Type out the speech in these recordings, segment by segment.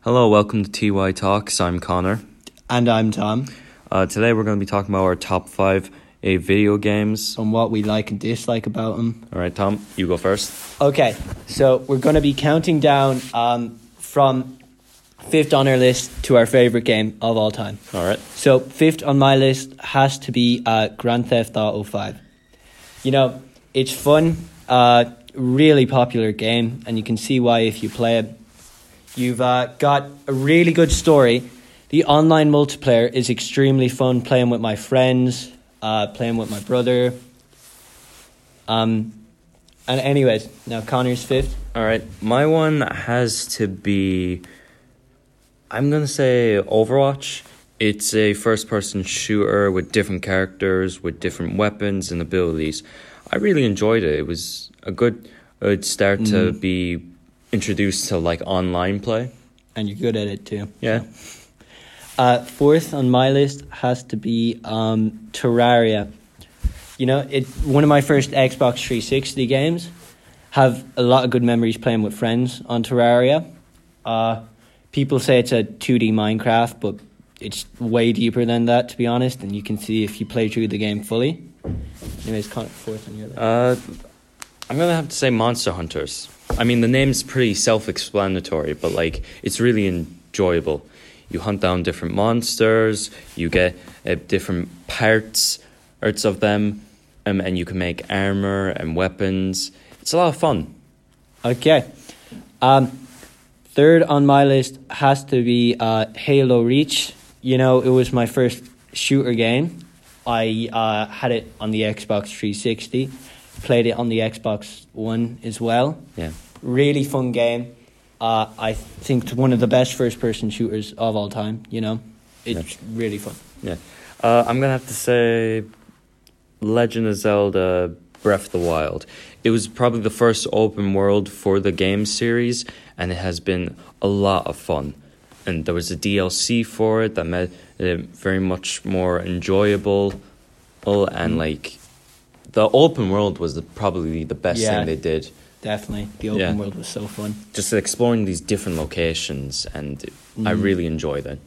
Hello, welcome to TY Talks. I'm Connor. And I'm Tom. Uh, today we're going to be talking about our top five a video games. On what we like and dislike about them. All right, Tom, you go first. Okay, so we're going to be counting down um, from fifth on our list to our favorite game of all time. All right. So fifth on my list has to be uh, Grand Theft Auto Five. You know, it's fun, uh, really popular game, and you can see why if you play it. You've uh, got a really good story. The online multiplayer is extremely fun. Playing with my friends, uh, playing with my brother. Um, and anyways, now Connor's fifth. All right. My one has to be. I'm going to say Overwatch. It's a first person shooter with different characters, with different weapons and abilities. I really enjoyed it. It was a good, a good start to be introduced to like online play. and you're good at it too. Yeah. Uh, fourth on my list has to be um, Terraria. You know, it one of my first Xbox 360 games. Have a lot of good memories playing with friends on Terraria. Uh, people say it's a 2D Minecraft, but it's way deeper than that, to be honest. And you can see if you play through the game fully. Anyways, Connor, fourth on your list. Uh, I'm gonna have to say Monster Hunters. I mean, the name's pretty self-explanatory, but like, it's really enjoyable. You hunt down different monsters, you get uh, different parts parts of them, um, and you can make armor and weapons. It's a lot of fun. Okay. Um, third on my list has to be uh, Halo Reach. You know, it was my first shooter game. I uh, had it on the Xbox 360, played it on the Xbox One as well. Yeah. Really fun game. Uh, I think it's one of the best first person shooters of all time, you know? It's really fun. Yeah. Uh, I'm going to have to say Legend of Zelda Breath of the Wild. It was probably the first open world for the game series, and it has been a lot of fun. And there was a DLC for it that made it very much more enjoyable. Oh, Mm-hmm. And like, the open world was the, probably the best Yeah. thing they did. Definitely. The open Yeah. world was so fun. Just exploring these different locations, and I Mm-hmm. really enjoyed it.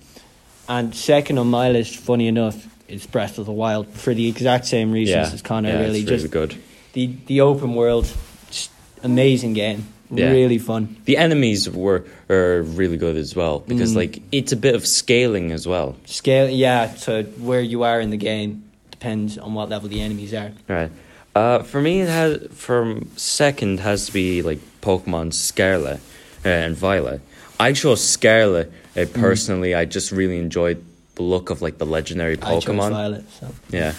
And second on my list, funny enough, is Breath of the Wild for the exact same reasons as Connor. yeah, really, it's just good. the the open world, just amazing game, Yeah. really fun. The enemies were are really good as well because like it's a bit of scaling as well. Scale, yeah, to where you are in the game depends on what level the enemies are. Right. Uh, for me, it has from second has to be like Pokemon Scarlet uh, and Violet. I chose Scarlet uh, personally. I just really enjoyed the look of like the legendary I chose Pokemon. Violet, so. Yeah.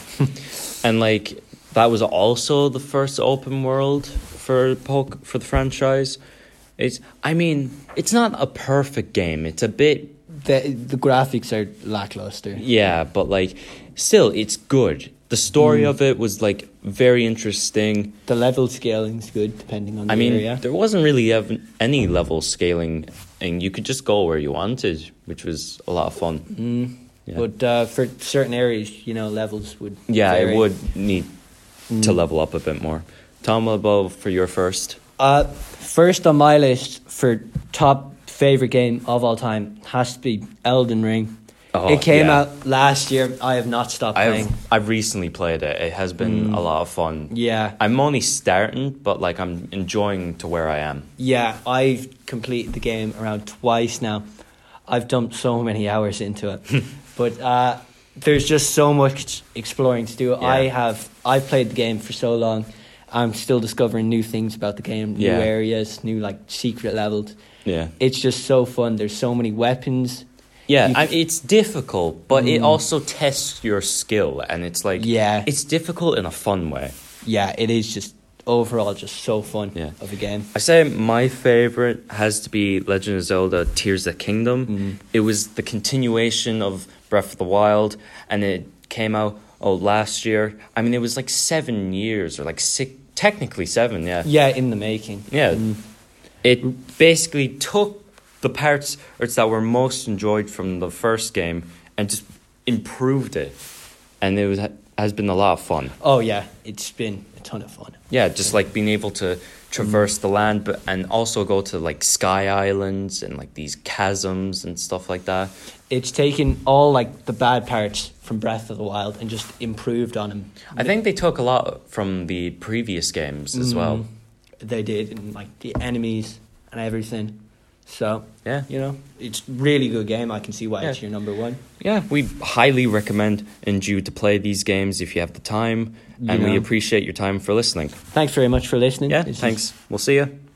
and like that was also the first open world for poke for the franchise. It's I mean, it's not a perfect game. It's a bit The the graphics are lackluster. Yeah, but like, still, it's good. The story of it was like very interesting. The level scaling's good depending on the I mean, area. there wasn't really ev- any level scaling, and you could just go where you wanted, which was a lot of fun. Mm. Yeah, But uh, for certain areas, you know, levels would. yeah vary. it would need to level up a bit more. Tom, what about for your first? Uh, first on my list for top favorite game of all time has to be Elden Ring. Oh, it came yeah. out last year. I have not stopped playing. I've I've recently played it. It has been a lot of fun. Yeah. I'm only starting, but like I'm enjoying to where I am. Yeah, I've completed the game around twice now. I've dumped so many hours into it, but uh, there's just so much exploring to do. I Yeah. have I've played the game for so long. I'm still discovering new things about the game, new Yeah. areas, new like secret levels. Yeah. It's just so fun. There's so many weapons. Yeah, You Mm. I, it's difficult, but it also tests your skill, and it's like Yeah. it's difficult in a fun way. Yeah, it is just overall just so fun Yeah. of a game. I say my favorite has to be Legend of Zelda: Tears of the Kingdom. Mm. It was the continuation of Breath of the Wild, and it came out oh last year. I mean, it was like seven years or like six, technically seven. Yeah, Yeah, in the making. yeah. It basically took the parts parts that were most enjoyed from the first game and just improved it. And it was, has been a lot of fun. Oh yeah, it's been a ton of fun. Yeah, just like being able to traverse the land, but and also go to like sky islands and like these chasms and stuff like that. It's taken all like the bad parts from Breath of the Wild and just improved on them. I think they took a lot from the previous games Mm. as well. They did, and like the enemies and everything. So Yeah. you know, it's really good game. I can see why Yeah. it's your number one. Yeah, we highly recommend and you to play these games if you have the time, and we Yeah. appreciate your time for listening. Thanks very much for listening. Yeah, This is- thanks. We'll see you.